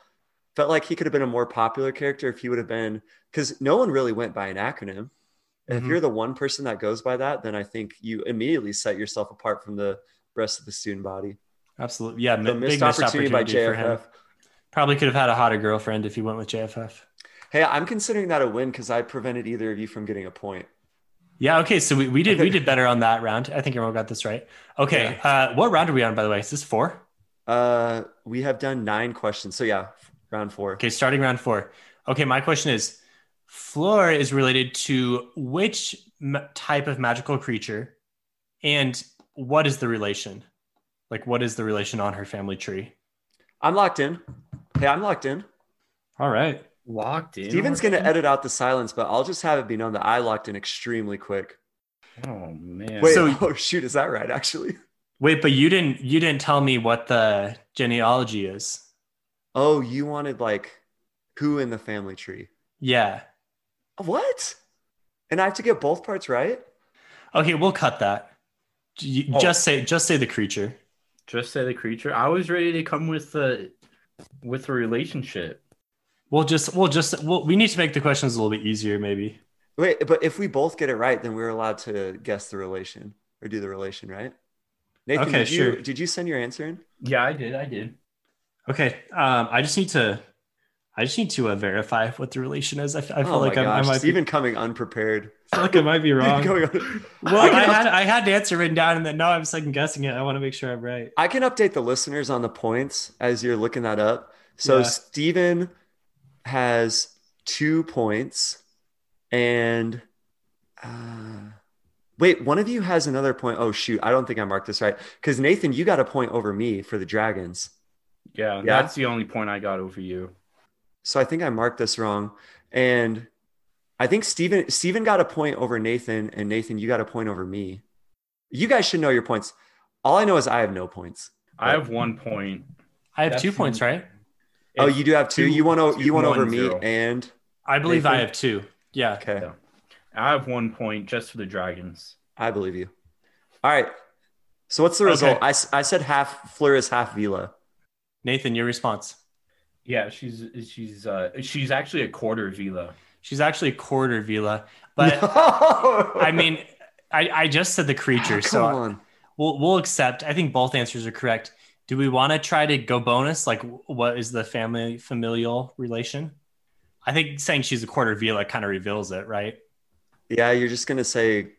S3: Felt like he could have been a more popular character if he would have been because no one really went by an acronym. And if
S2: Mhm.
S3: you're the one person that goes by that, then I think you immediately set yourself apart from the rest of the student body.
S2: Absolutely. Yeah.
S3: The
S2: mi-
S3: missed
S2: big missed
S3: opportunity,
S2: opportunity,
S3: by
S2: for him.
S3: JFF.
S2: Probably could have had a hotter girlfriend if he went with JFF.
S3: Hey, I'm considering that a win because I prevented either of you from getting a point.
S2: Yeah. Okay. So we, we did we did better on that round. I think everyone got this right. Okay. Uh, what round are we on, by the way? Is this four?
S3: Uh, we have done nine questions. So yeah, round four.
S2: Okay. Starting round four. Okay. My question is: Floor is related to which m- type of magical creature, and what is the relation? Like, what is the relation on her family tree?
S3: I'm locked in. Hey, I'm locked in.
S2: All right.
S4: Locked in.
S3: Steven's going to
S4: already?
S3: edit out the silence, but I'll just have it be known that I locked in extremely quick.
S4: Oh man.
S3: Wait,
S2: So-
S3: oh shoot, is that right actually?
S2: Wait, but you didn't you didn't tell me what the genealogy is.
S3: Oh, you wanted like who in the family tree?
S2: Yeah.
S3: What? And I have to get both parts right?
S2: Okay, we'll cut that. J- you-
S4: Oh.
S2: Just say just say the creature.
S4: Just say the creature. I was ready to come with the with a relationship.
S2: We'll just we'll just we'll, we need to make the questions a little bit easier, maybe.
S3: Wait, but if we both get it right, then we're allowed to guess the relation or do the relation, right? Nathan,
S2: Okay,
S3: did,
S2: sure.
S3: you, did you send your answer in?
S4: Yeah, I did. I did.
S2: Okay. Um, I just need to, I just need to uh, verify what the relation is. I, f- I feel
S3: oh
S2: like
S3: my
S2: I'm, I
S3: gosh,
S2: might be,
S3: Steven coming unprepared.
S2: I feel like I might be wrong.
S3: Going on-
S2: Well,
S3: I,
S2: I
S3: can up-
S2: had I had the answer written down, and then now I'm second guessing it. I want to make sure I'm right.
S3: I can update the listeners on the points as you're looking that up. So
S2: Yeah.
S3: Steven has two points, and uh, wait, one of you has another point. Oh shoot, I don't think I marked this right because Nathan, you got a point over me for the dragons.
S4: Yeah,
S3: Yeah.
S4: that's the only point I got over you.
S3: So I think I marked this wrong. And I think Steven Steven got a point over Nathan and Nathan you got a point over me. You guys should know your points. All I know is I have no points.
S4: I have one point.
S2: I have two
S4: That's-
S2: points, right?
S3: oh, you do have two.
S4: two-
S3: you won o-
S4: two,
S3: you won
S4: one,
S3: over me
S4: zero.
S3: and
S2: I believe I
S3: Nathan?
S2: have two. Yeah.
S3: okay.
S4: Yeah. I have one point just for the dragons.
S3: I believe you. All right. So what's the
S2: Okay.
S3: result? I, s- I said half Fleuris, half Vila.
S2: Nathan, your response.
S4: Yeah, she's she's uh she's actually a quarter Vila.
S2: She's actually quarter Vila, but I mean, I, I just said the creature,
S3: come
S2: so
S3: on.
S2: we'll we'll accept. I think both answers are correct. Do we want to try to go bonus? Like, wh- what is the family familial relation? I think saying she's a quarter Vila kind of reveals it, right?
S3: Yeah, you're just gonna say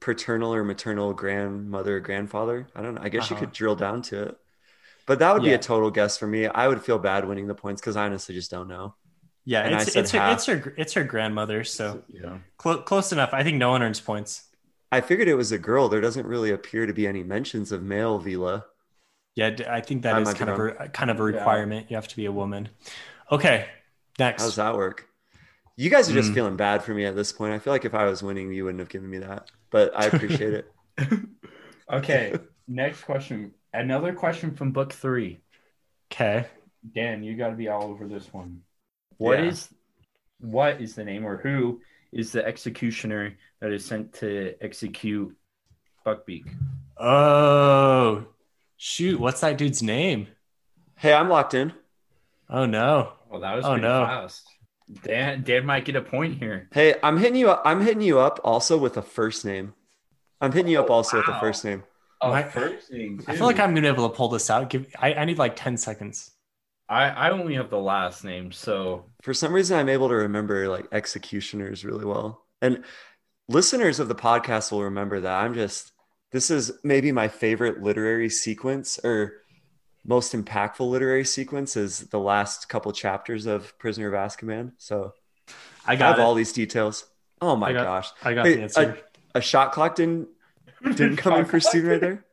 S3: paternal or maternal grandmother or grandfather. I don't know. I guess you
S2: Uh-huh.
S3: could drill down to it. But that would be
S2: Yeah.
S3: a total guess for me. I would feel bad winning the points because I honestly just don't know.
S2: Yeah,
S3: And I
S2: it's
S3: said
S2: it's her,
S3: half.
S2: it's her it's her grandmother, so
S4: yeah.
S2: clo- close enough. I think no one earns points.
S3: I figured it was a girl. There doesn't really appear to be any mentions of male Vila.
S2: Yeah, d- I think
S3: I
S2: that is
S3: might be
S2: kind of a, kind of a requirement. You have to be a woman. Okay,
S3: How's
S2: next.
S3: that work? You guys are just
S4: Hmm.
S2: Mm.
S3: feeling bad for me at this point. I feel like if I was winning, you wouldn't have given me that. But I appreciate it.
S4: Okay, next question. Another question from book three.
S2: Okay,
S4: Dan, you got to be all over this one. What
S3: Yeah.
S4: is, what is the name or who is the executioner that is sent to execute Buckbeak?
S2: Oh, shoot. What's that dude's name?
S3: Hey, I'm locked in.
S2: Oh, no.
S4: Oh, that was
S2: Oh,
S4: pretty
S2: no.
S4: fast. Dan, Dan might get a point here.
S3: Hey, I'm hitting you up. I'm hitting you up also with a first name. I'm hitting you up also with a
S4: wow.
S3: first name.
S4: Oh,
S2: My-
S4: first thing.
S2: I feel like I'm going to be able to pull this out. Give I, I need like 10 seconds.
S4: I, I only have the last name, so
S3: for some reason I'm able to remember like executioners really well. And listeners of the podcast will remember that. I'm just this is maybe my favorite literary sequence or most impactful literary sequence is the last couple chapters of Prisoner of Azkaban. So
S2: I
S3: I have
S2: got it.
S3: all these details. Oh my
S2: I got-
S3: gosh.
S2: I got
S3: Wait,
S2: the answer.
S3: A shot clock didn't didn't come in for Steven right there.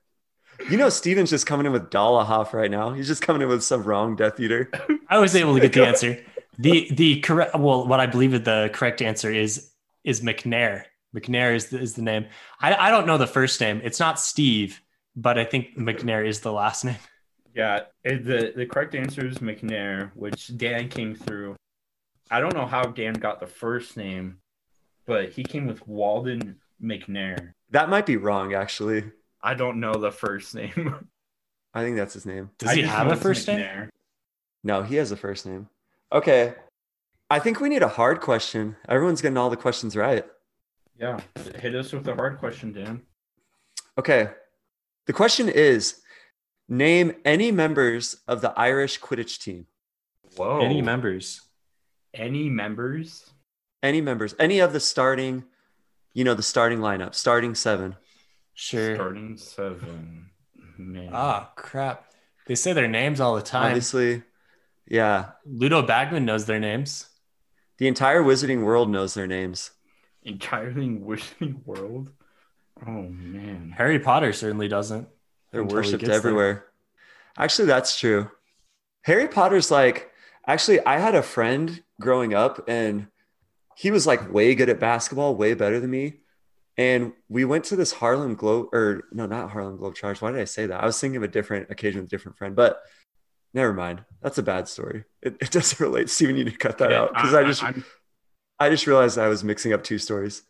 S3: You know Steven's just coming in with Dalahoff right now. He's just coming in with some wrong Death Eater.
S2: I was able to get the answer. The the correct well, what I believe is the correct answer is is McNair. McNair is the, is the name. I, I don't know the first name. It's not Steve, but I think McNair is the last name.
S4: Yeah, it- the the correct answer is McNair, which Dan came through. I don't know how Dan got the first name, but he came with Walden McNair.
S3: That might be wrong actually.
S4: I don't know the first name.
S3: I think that's his name.
S2: Does
S4: I
S2: he
S4: just
S2: have
S4: know
S2: a
S4: it's
S2: first name?
S4: McNair.
S3: No, he has a first name. Okay. I think we need a hard question. Everyone's getting all the questions right.
S4: Yeah, hit us with the hard question, Dan.
S3: Okay. The question is name any members of the Irish Quidditch team.
S4: Whoa.
S2: Any members?
S4: Any members?
S3: Any members, any of the starting, you know, the starting lineup, starting seven.
S2: Sure.
S4: Starting seven. Man.
S2: Ah, crap. They say their names all the time.
S3: Obviously, yeah.
S2: Ludo Bagman knows their names.
S3: The entire wizarding world knows their names.
S4: Entirely wishing world. Oh man.
S2: Harry Potter certainly doesn't.
S3: They're
S2: Until he
S3: worshipped
S2: gets there.
S3: everywhere. Actually, that's true. Harry Potter's like, actually, I had a friend growing up and he was like way good at basketball, way better than me. And we went to this Harlem Globe, or no, not Harlem Globetrotters. Why did I say that? I was thinking of a different occasion with a different friend, but never mind. That's a bad story. It, it doesn't relate. Steven, you need to cut that out because I, just, I,
S4: I'm-
S3: just realized I was mixing up two stories.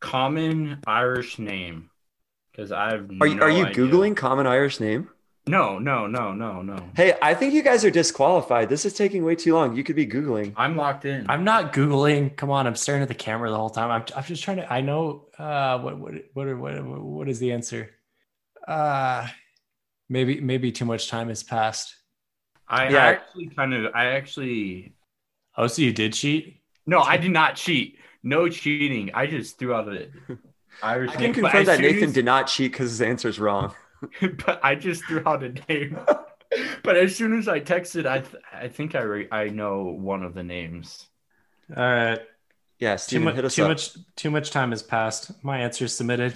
S4: common Irish name. Because I've
S3: Are you, are you
S4: no idea.
S3: Googling common Irish name?
S4: No, no, no, no, no.
S3: Hey, I think you guys are disqualified. This is taking way too long. You could be Googling.
S4: I'm locked in.
S2: I'm not googling. Come on, I'm staring at the camera the whole time. I'm, I'm just trying to. I know uh, what what what what what is the answer? Uh, maybe maybe too much time has passed.
S4: I,
S3: Yeah.
S4: I actually kind of. I actually.
S2: Oh, so you did cheat?
S4: No, I did not cheat. No cheating. I just threw out a Irish.
S3: I can
S4: name, but
S3: confirm
S4: as
S3: that
S4: soon
S3: Nathan
S4: as-
S3: did not cheat because his answer's wrong.
S4: But I just threw out a name. but as soon as I texted, I th- I think I re- I know one of the names.
S2: All right.
S3: Yeah,
S2: Too
S3: Steven,
S2: much.
S3: hit us
S2: Too
S3: up.
S2: much. Too much time has passed. My answer is submitted.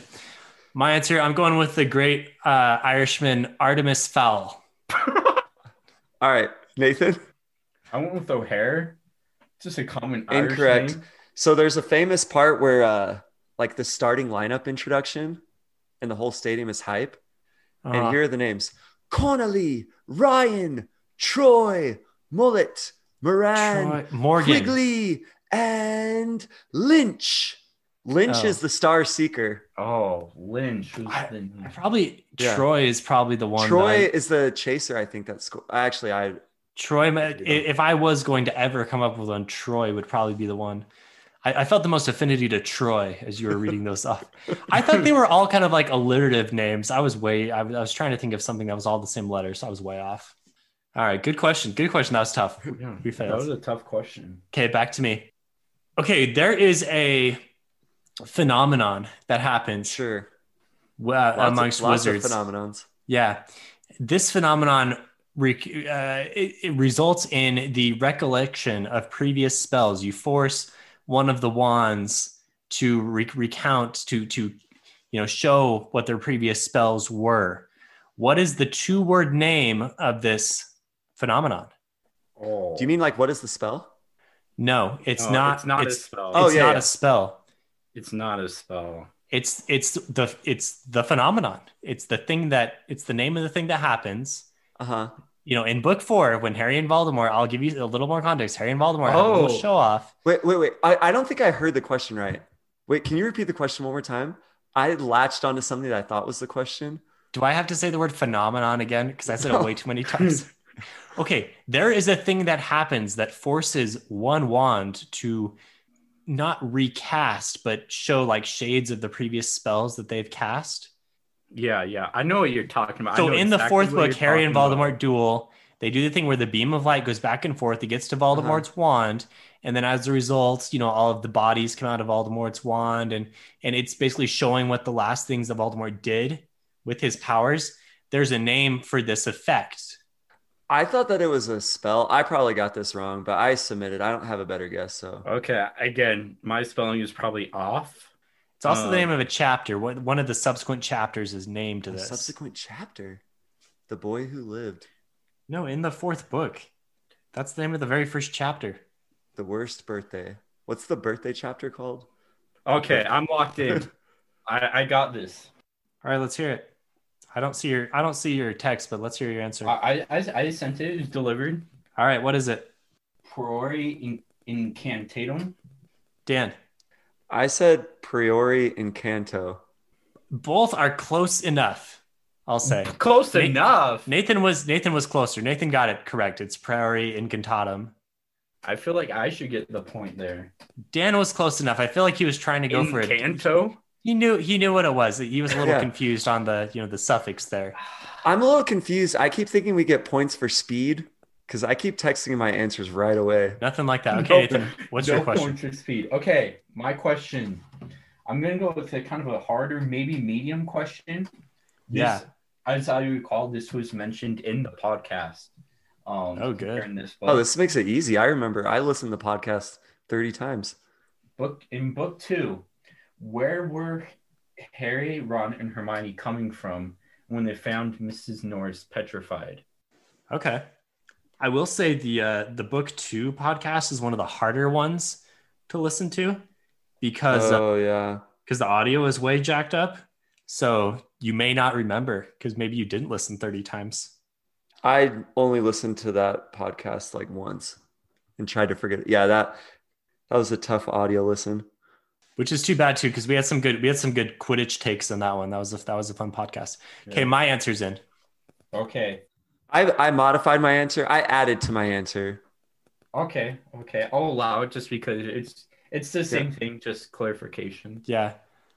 S2: My answer. I'm going with the great uh, Irishman Artemis Fowl.
S3: All right, Nathan.
S4: I went with O'Hare. It's just a common
S3: Incorrect.
S4: Irish name.
S3: So there's a famous part where, uh, like, the starting lineup introduction, and the whole stadium is hype.
S2: Uh,
S3: And here are the names: Connolly, Ryan, Troy, Mullet,
S2: Troy-
S3: Moran,
S2: Morgan.
S3: Quigley, and Lynch. Lynch
S2: Oh.
S3: is the star seeker.
S4: Oh, Lynch. Was
S2: I-
S4: the name.
S2: I Probably
S3: Yeah.
S2: Troy is probably the one.
S3: Troy
S2: that I-
S3: is the chaser. I think that's cool. Actually, I
S2: Troy, ma- i- if I was going to ever come up with one, Troy would probably be the one. I, I felt the most affinity to Troy as you were reading those off. I thought they were all kind of like alliterative names. I was way, I, was- I was trying to think of something that was all the same letter, so I was way off. All right, good question. Good question. That was tough.
S4: Yeah,
S2: We
S4: that
S2: failed.
S4: was a tough question.
S2: Okay, back to me. Okay, there is a phenomenon that happens
S3: sure
S2: uh,
S3: Lots of-
S2: amongst
S3: lots of
S2: wizards.
S3: phenomenons.
S2: Yeah, this phenomenon rec- uh, it, it results in the recollection of previous spells. You force one of the wands to re- recount to to you know show what their previous spells were. What is the two word name of this phenomenon?
S4: Oh,
S3: Do you mean like what is the spell?
S2: No, it's
S4: No,
S2: not.
S4: It's not
S2: It's,
S4: a spell.
S3: Oh,
S2: it's
S3: yeah,
S2: not
S3: yeah.
S2: a spell.
S4: It's not a spell.
S2: It's it's the it's the phenomenon. It's the thing that it's the name of the thing that happens.
S3: Uh huh.
S2: you know, in book four, when Harry and Voldemort, I'll give you a little more context. Harry and Voldemort have a
S4: Oh.
S2: little show off.
S3: Wait, wait, wait. I, I don't think I heard the question right. Wait, can you repeat the question one more time? I had latched onto something that I thought was the question.
S2: Do I have to say the word phenomenon again? Because I said it way too many times. okay, there is a thing that happens that forces one wand to not recast, but show like shades of the previous spells that they've cast.
S4: Yeah, yeah. I know what you're talking about. I
S2: So
S4: know
S2: in the
S4: exactly
S2: fourth
S4: what
S2: book,
S4: you're
S2: Harry and
S4: talking
S2: Voldemort
S4: about.
S2: duel. They do the thing where the beam of light goes back and forth. It gets to Voldemort's wand, and then as a result, you know, all of the bodies come out of Voldemort's wand, and and it's basically showing what the last things that Voldemort did with his powers. There's a name for this effect.
S3: I thought that it was a spell. I probably got this wrong, but I submitted. I don't have a better guess. So
S4: Okay, again, my spelling is probably off.
S2: It's also the
S4: Uh,
S2: name of a chapter. What one of the subsequent chapters is named to
S3: a
S2: this?
S3: subsequent chapter, the boy who lived,
S2: no, in the fourth book, that's the name of the very first chapter.
S3: the worst birthday. What's the birthday chapter called?
S4: Okay, I'm locked in. I, I got this.
S2: All right, let's hear it. I don't see your I don't see your text, but let's hear your answer.
S4: I, I, I sent it. It's delivered.
S2: All right, what is it?
S4: Priori in, incantatum.
S2: Dan,
S3: I said priori incanto.
S2: both are close enough. I'll say.
S4: Close
S2: Nate-
S4: enough.
S2: Nathan was Nathan was closer. Nathan got it correct. It's priori incantatum.
S4: I feel like I should get the point there.
S2: Dan was close enough. I feel like he was trying to go for it.
S4: Incanto.
S2: He knew he knew what it was. He was a little
S3: Yeah.
S2: confused on the you know the suffix there.
S3: I'm a little confused. I keep thinking we get points for speed because I keep texting my answers right away.
S2: Nothing like that.
S4: No-
S2: Okay, Nathan, what's
S4: no
S2: your question?
S4: points of speed. Okay, my question. I'm gonna go with a kind of a harder, maybe medium question. This,
S2: Yeah.
S4: As I recall, this was mentioned in the podcast. Um,
S2: Oh, good.
S4: comparing This book.
S3: Oh, this makes it easy. I remember I listened to the podcast 30 times.
S4: book in book two, where were Harry, Ron, and Hermione coming from when they found Mrs. Norris petrified?
S2: Okay. I will say the uh, the book two podcast is one of the harder ones to listen to because uh,
S3: Oh, yeah.
S2: because the audio is way jacked up. So you may not remember because maybe you didn't listen 30 times.
S3: I only listened to that podcast like once and tried to forget it. Yeah, that that was a tough audio listen.
S2: Which is too bad too, because we had some good we had some good Quidditch takes on that one. That was a that was a fun podcast. Okay,
S4: Yeah.
S2: my answer's in.
S4: Okay.
S3: I, I modified my answer. I added to my answer.
S4: Okay. Okay. I'll allow it just because it's it's the same thing, just clarification.
S2: Yeah.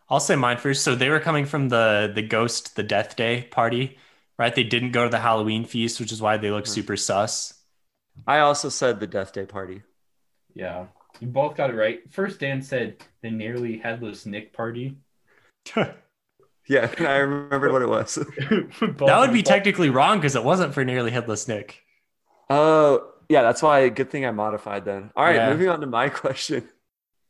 S2: I'll say mine first. So they were coming from the the ghost the death day party, right? They didn't go to the Halloween feast, which is why they look
S3: Mhm.
S2: super sus.
S3: I also said the death day party.
S4: Yeah. You both got it right. First Dan said the nearly headless Nick party.
S3: Yeah, I remembered what it was.
S2: that would be technically wrong because it wasn't for nearly headless Nick.
S3: Oh, yeah, that's why good thing I modified then. All right,
S2: Yeah.
S3: moving on to my question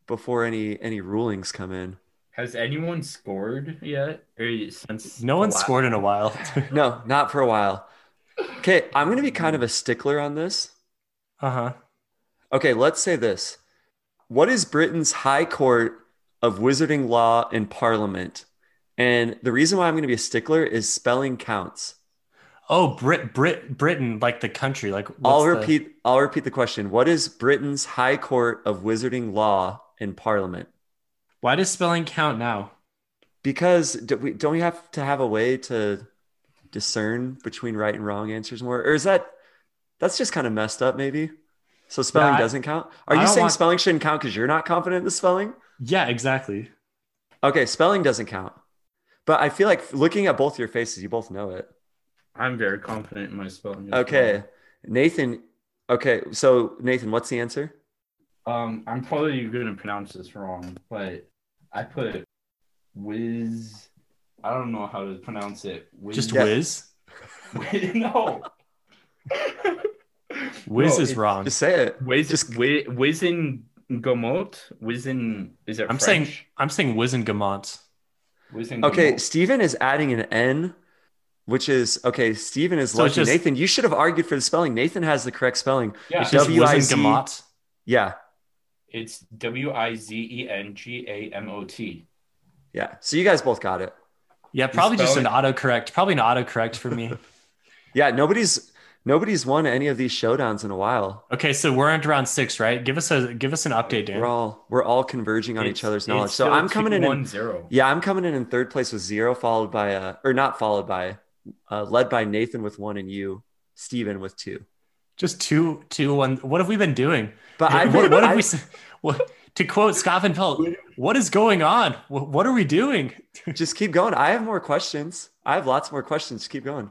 S3: before any any rulings come in.
S4: Has anyone scored yet? Or since
S2: No
S4: the
S2: one
S4: last-
S2: scored in a while.
S3: No, not for a while. Okay, I'm going to be kind of a stickler on this.
S2: uh huh.
S3: Okay, let's say this. What is Britain's High Court of Wizarding Law and Parliament? And the reason why I'm going to be a stickler is spelling counts.
S2: Oh, Brit, Brit, Britain, like the country, like what's
S3: I'll
S2: the-
S3: repeat I'll repeat the question. What is Britain's High Court of Wizarding Law and Parliament?
S2: Why does spelling count now?
S3: Because do we, don't we have to have a way to discern between right and wrong answers more? Or is that that's just kind of messed up maybe? So spelling
S2: I-
S3: doesn't count? Are
S2: I
S3: you
S2: don't
S3: saying
S2: want-
S3: spelling shouldn't count because you're not confident in the spelling?
S2: Yeah, exactly.
S3: Okay, spelling doesn't count. But I feel like looking at both your faces, you both know it.
S4: I'm very confident in my spelling. as
S3: Okay. Nathan, okay, so Nathan, what's the answer?
S4: well. Um, I'm probably gonna pronounce this wrong, but I put whiz. I don't know how to pronounce it. Wiz.
S2: Just
S3: Yeah.
S2: whiz.
S4: no.
S2: Whiz
S4: No,
S2: is
S4: it-
S2: wrong.
S3: Just say it.
S4: Wiz,
S3: Just-
S4: wi- Wizen Gomot? Wizen, is it
S2: I'm saying
S4: French?
S2: I'm saying whiz and gamont.
S4: Wizen
S3: Okay,
S4: Gomot.
S3: Steven is adding an N, which is okay, Steven is
S2: So
S3: lucky.
S2: it's just-
S3: Nathan, you should have argued for the spelling. Nathan has the correct spelling.
S4: Yeah,
S2: It's just whiz and
S3: W-I-Z-
S2: gamont.
S3: Yeah,
S4: it's W I Z E N G A M O T.
S3: yeah. So you guys both got it.
S2: Yeah, probably just an
S4: spelling-
S2: autocorrect. Probably an autocorrect for me.
S3: Yeah, nobody's nobody's won any of these showdowns in a while.
S2: okay, so we're at round six, right? Give us a give us an update, Dan.
S3: We're all we're all converging on each other's knowledge. So I'm coming in and
S4: one zero.
S3: Yeah, I'm coming in in third place with zero, followed by uh, or not followed by, uh, led by Nathan with one and you, Steven with two.
S2: Just two, two, one. What have we been doing?
S3: But I,
S2: what, what have
S3: I-
S2: we? s- What, to quote Scott Van Pelt, what is going on? What, what are we doing?
S3: just keep going. I have more questions. I have lots more questions. Just keep going.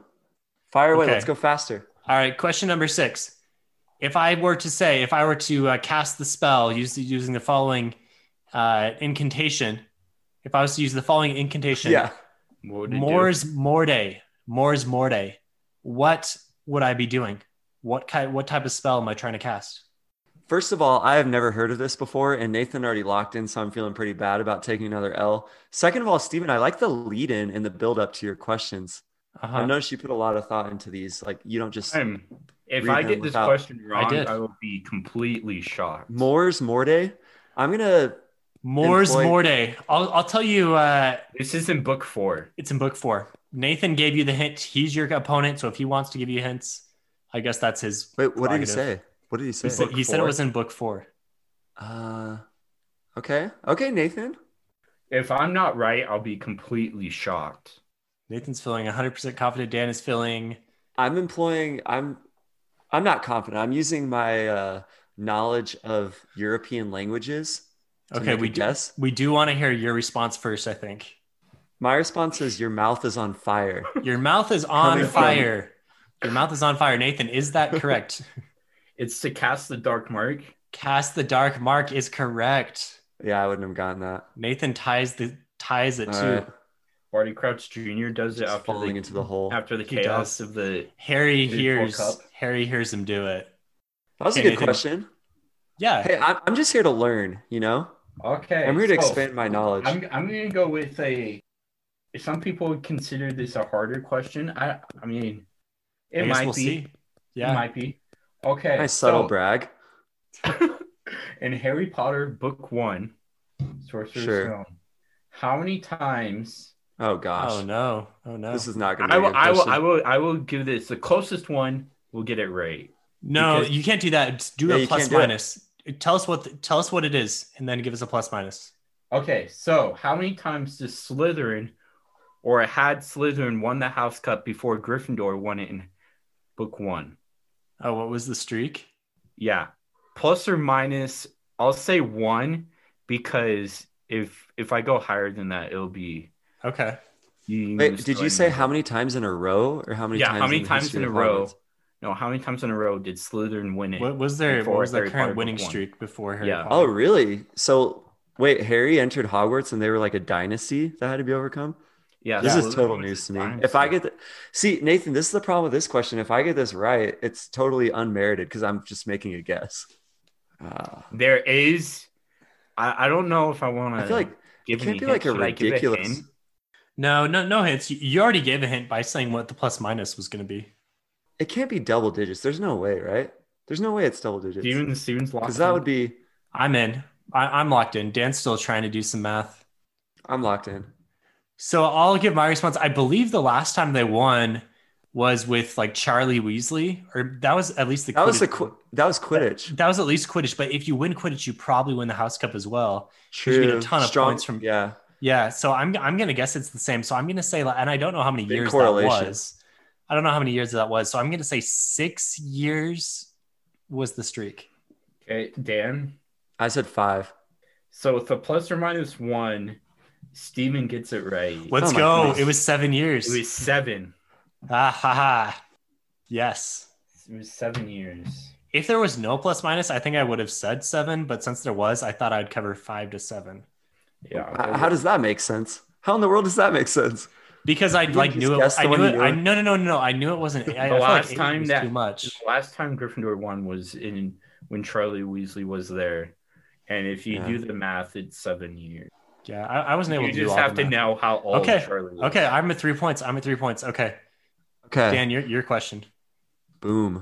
S3: Fire away.
S2: Okay.
S3: Let's go faster.
S2: All right, question number six. If I were to say, if I were to uh, cast the spell using using the following uh, incantation, if I was to use the following incantation,
S3: Yeah.
S4: What would it do?
S2: Mors Morde, Mors Morde, what would I be doing? What kind, what type of spell am I trying to cast?
S3: First of all, I have never heard of this before, and Nathan already locked in, so I'm feeling pretty bad about taking another L. Second of all, Steven, I like the lead in and the build up to your questions.
S2: Uh-huh.
S3: I noticed you put a lot of thought into these. Like you don't just
S4: Time. If
S3: Read
S4: I
S3: them
S4: get this
S3: without-
S4: question
S2: I
S4: wrong,
S2: did.
S4: I, will be completely shocked.
S3: Moore's Morde. I'm gonna
S2: Mors
S3: employ-
S2: Morde. I'll, I'll tell you, uh,
S4: This is in book four.
S2: it's in book four. Nathan gave you the hint. He's your opponent. So if he wants to give you hints, I guess that's his.
S3: wait. What did he
S2: Prerogative.
S3: say? What did he say?
S2: He said, he said it
S4: four?
S2: was in book four.
S3: Uh, okay. Okay, Nathan.
S4: If I'm not right, I'll be completely shocked.
S2: Nathan's feeling 100% confident. Dan is feeling
S3: I'm employing. I'm. I'm not confident. I'm using my uh, knowledge of European languages. to
S2: okay.
S3: make
S2: We
S3: a
S2: do,
S3: guess.
S2: we do want to hear your response first. I think
S3: My response is your mouth is on fire.
S2: your mouth is on
S3: Coming from-
S2: fire. Your mouth is on fire. Nathan, is that correct?
S4: It's to cast the dark mark.
S2: Cast the dark mark is correct.
S3: yeah, I wouldn't have gotten that.
S2: Nathan ties the ties it
S3: All
S2: to
S3: right.
S4: Barty Crouch Jr. does it
S3: Just
S4: after
S3: falling
S4: the,
S3: into the hole.
S4: after the
S2: He
S4: chaos
S2: does.
S4: of the.
S2: Harry
S4: Did he pull
S2: hears
S4: cup?
S2: Harry hears him do it.
S3: That was a
S2: Okay,
S3: good
S2: Nathan.
S3: question.
S2: Yeah.
S3: Hey, I'm, I'm just here to learn. You know,
S4: Okay.
S3: I'm here to
S4: so
S3: expand my knowledge.
S4: I'm, I'm going to go with a. Some people would consider this a harder question. I I mean, it
S2: I guess
S4: might
S2: we'll
S4: be.
S2: see. Yeah.
S4: It might be. Okay.
S3: nice subtle
S4: so-
S3: brag.
S4: in Harry Potter book one, Sorcerer's
S3: Sure.
S4: Stone, how many times?
S3: Oh gosh,
S2: oh no. Oh no.
S3: this is not gonna. Be
S4: I
S3: a
S4: will,
S3: good
S4: I will,
S3: question.
S4: I will, I will give this the closest one. will get it right.
S2: no,
S4: because-
S2: you can't do that. Just do
S3: Yeah,
S2: a
S3: you
S2: plus
S3: can't do it.
S2: minus. Tell us what the- tell us what it is, and then give us a plus minus.
S4: Okay, so how many times does Slytherin or had Slytherin won the House Cup before Gryffindor won it in book one?
S2: Oh, what was the streak?
S4: Yeah, plus or minus. I'll say one because if if I go higher than that, it'll be.
S2: Okay.
S4: you
S3: Wait,
S4: lose
S3: did
S4: to
S3: you say
S4: anyone.
S3: how many times in a row, or how many?
S4: Yeah,
S3: times
S4: how many
S3: the
S4: times
S3: history
S4: in a
S3: of
S4: row?
S3: Hogwarts?
S4: No, how many times in a row did Slytherin win it?
S2: What was their what
S4: Before
S2: was their
S4: Harry Potter
S2: current
S4: book
S2: winning
S4: one.
S2: streak before Harry
S4: Yeah.
S2: Potter?
S3: Oh, really? So wait, Harry entered Hogwarts, and they were like a dynasty that had to be overcome.
S4: Yeah,
S3: This
S4: that
S3: is
S4: was-
S3: total
S4: was
S3: news to me.
S4: fine.
S3: If I get the, see Nathan, this is the problem with this question. If I get this right, it's totally unmerited because I'm just making a guess. Uh,
S4: there is, I, I don't know if I want to.
S3: I feel like
S4: give
S3: it can't
S4: any
S3: be like a
S4: hints. Should I give
S3: ridiculous.
S4: hint?
S2: No, no, no hints. You- You already gave a hint by saying what the plus minus was going to be.
S3: It can't be double digits. There's no way, right? There's no way it's double digits.
S4: Steven, Steven's locked.
S3: Because that
S4: in.
S3: would be
S2: I'm in. I, I'm locked in. Dan's still trying to do some math.
S3: I'm locked in.
S2: So I'll give my response. I believe the last time they won was with like Charlie Weasley, or that was at least the
S3: That was the
S2: Quidditch-
S3: Qu- that was Quidditch.
S2: that was at least Quidditch. But if you win Quidditch, you probably win the House Cup as well.
S3: True.
S2: you get a ton of
S3: Strong-
S2: points from-
S3: yeah.
S2: Yeah. So I'm I'm gonna guess it's the same. So I'm gonna say, like, and I don't know how many
S3: Big
S2: years that
S3: correlation.
S2: was. I don't know how many years that was. So I'm gonna say six years was the streak.
S4: Okay, Dan.
S3: I said five.
S4: So with a plus or minus one, Steven gets it right.
S2: Let's
S3: Oh my
S2: go.
S3: goodness.
S2: It was seven years.
S4: It was seven.
S2: Ah ha ha. Yes.
S4: It was seven years.
S2: If there was no plus minus, I think I would have said seven. But since there was, I thought I'd cover five to seven
S4: Yeah.
S3: H- How does that make sense? How in the world does that make sense?
S2: because I
S3: You
S2: like
S3: just
S2: knew it.
S3: guessed the
S2: I
S3: one
S2: knew
S3: you
S2: it.
S3: knew.
S2: I no no no no. no, I knew it wasn't. I, I feel like
S4: last
S2: eight
S4: time
S2: was
S4: that-
S2: too much.
S4: The last time Gryffindor won was in when Charlie Weasley was there, and if you
S3: Yeah.
S4: do the math, it's seven years.
S2: Yeah, I, I wasn't able
S4: You
S2: to do
S4: just
S2: all
S4: have
S2: the
S4: to
S2: math.
S4: know how old
S2: Okay,
S4: Charlie. Was.
S2: Okay, I'm at three points. I'm at three points. Okay,
S3: Okay.
S2: Dan, your your question.
S3: Boom.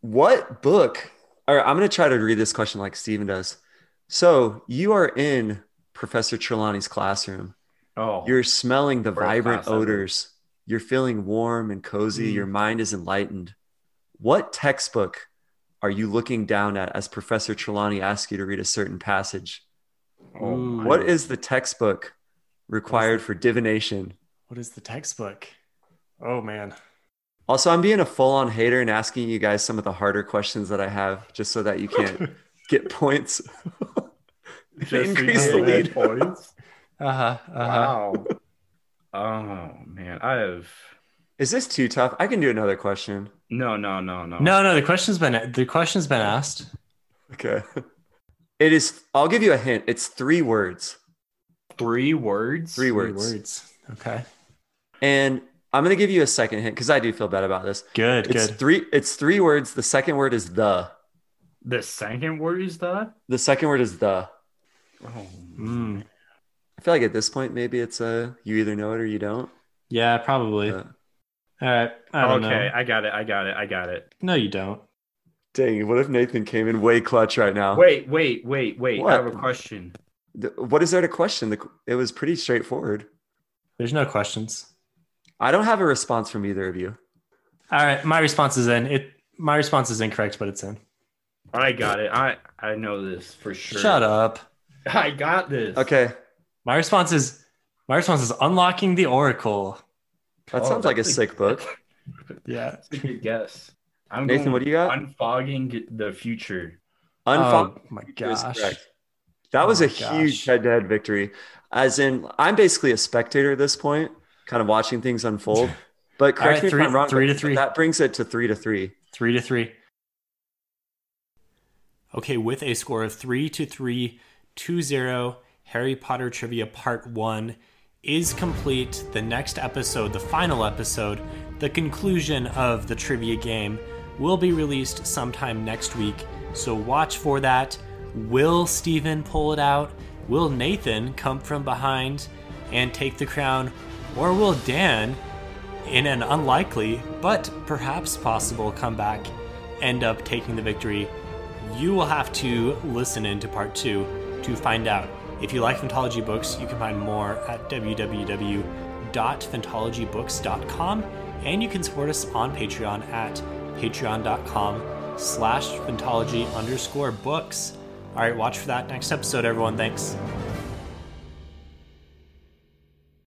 S3: What book? All right, I'm going to try to read this question like Steven does. So you are in Professor Trelawney's classroom.
S4: Oh,
S3: You're smelling the
S4: Or a
S3: vibrant
S4: class, I mean.
S3: odors. You're feeling warm and cozy.
S2: Mm.
S3: Your mind is enlightened. What textbook are you looking down at as Professor Trelawney asks you to read a certain passage?
S4: oh my-
S3: What is the textbook required for divination?
S2: What is the textbook? Oh man.
S3: Also, I'm being a full on hater and asking you guys some of the harder questions that I have just so that you can't get points.
S4: Just
S3: increase
S2: the
S3: lead.
S4: increase points.
S2: Uh
S4: Uh-huh,
S2: huh. Uh huh.
S4: Wow.
S3: Uh-huh.
S4: oh man, I have
S3: Is this too tough? I can do another question.
S4: no, no, no, no,
S2: No, no. The question's been the question's been asked.
S3: Okay. It is, I'll give you a hint. It's three words.
S4: Three words.
S3: Three
S2: Three
S3: words.
S2: words. Okay.
S3: And I'm going to give you a second hint because I do feel bad about this.
S2: Good.
S3: It's
S2: good.
S3: three it's three words. The second word is the.
S4: The second word is the.
S3: The second word is the.
S4: Oh,
S2: Mm.
S3: I feel like at this point maybe it's a you either know it or you don't.
S2: Yeah, probably.
S3: Uh,
S2: All right. I
S4: okay,
S2: don't
S4: I got it. I got it. I got it.
S2: know. No, you don't.
S3: dang, what if Nathan came in way clutch right now?
S4: Wait, wait, wait, wait.
S3: What?
S4: I have a question.
S3: Th- What is there to question? The, it was pretty straightforward.
S2: There's no questions.
S3: I don't have a response from either of you.
S2: All right. My response is in. It. My response is incorrect, but it's in.
S4: I got it. I I know this for sure.
S2: Shut up.
S4: I got this.
S3: Okay.
S2: My response is. My response is unlocking the oracle.
S3: That
S4: Oh,
S3: sounds like a
S4: that's
S3: sick book.
S2: Yeah.
S4: That's a good guess. I'm
S3: Nathan, what do you got?
S4: Unfogging the future.
S3: Unfollow
S2: oh my
S3: is
S2: gosh.
S3: correct. That was
S2: Oh
S3: a
S2: my
S3: huge
S2: gosh.
S3: head-to-head victory. As in, I'm basically a spectator at this point, kind of watching things unfold. But
S2: All
S3: correct
S2: right,
S3: me
S2: three-
S3: if I'm wrong.
S2: three
S3: but
S2: to three.
S3: That brings it to three to three.
S2: three to three. Okay, with a score of three to three, two zero, Harry Potter Trivia Part 1 is complete. The next episode, the final episode, the conclusion of the trivia game, will be released sometime next week. So watch for that. Will Steven pull it out? Will Nathan come from behind and take the crown? Or will Dan in an unlikely but perhaps possible comeback, end up taking the victory. You will have to listen into part two to find out. If you like Phantology books, you can find more at www.phantologybooks.com and you can support us on Patreon at patreon.com slash phantology underscore books. All right, watch for that next episode, everyone. Thanks.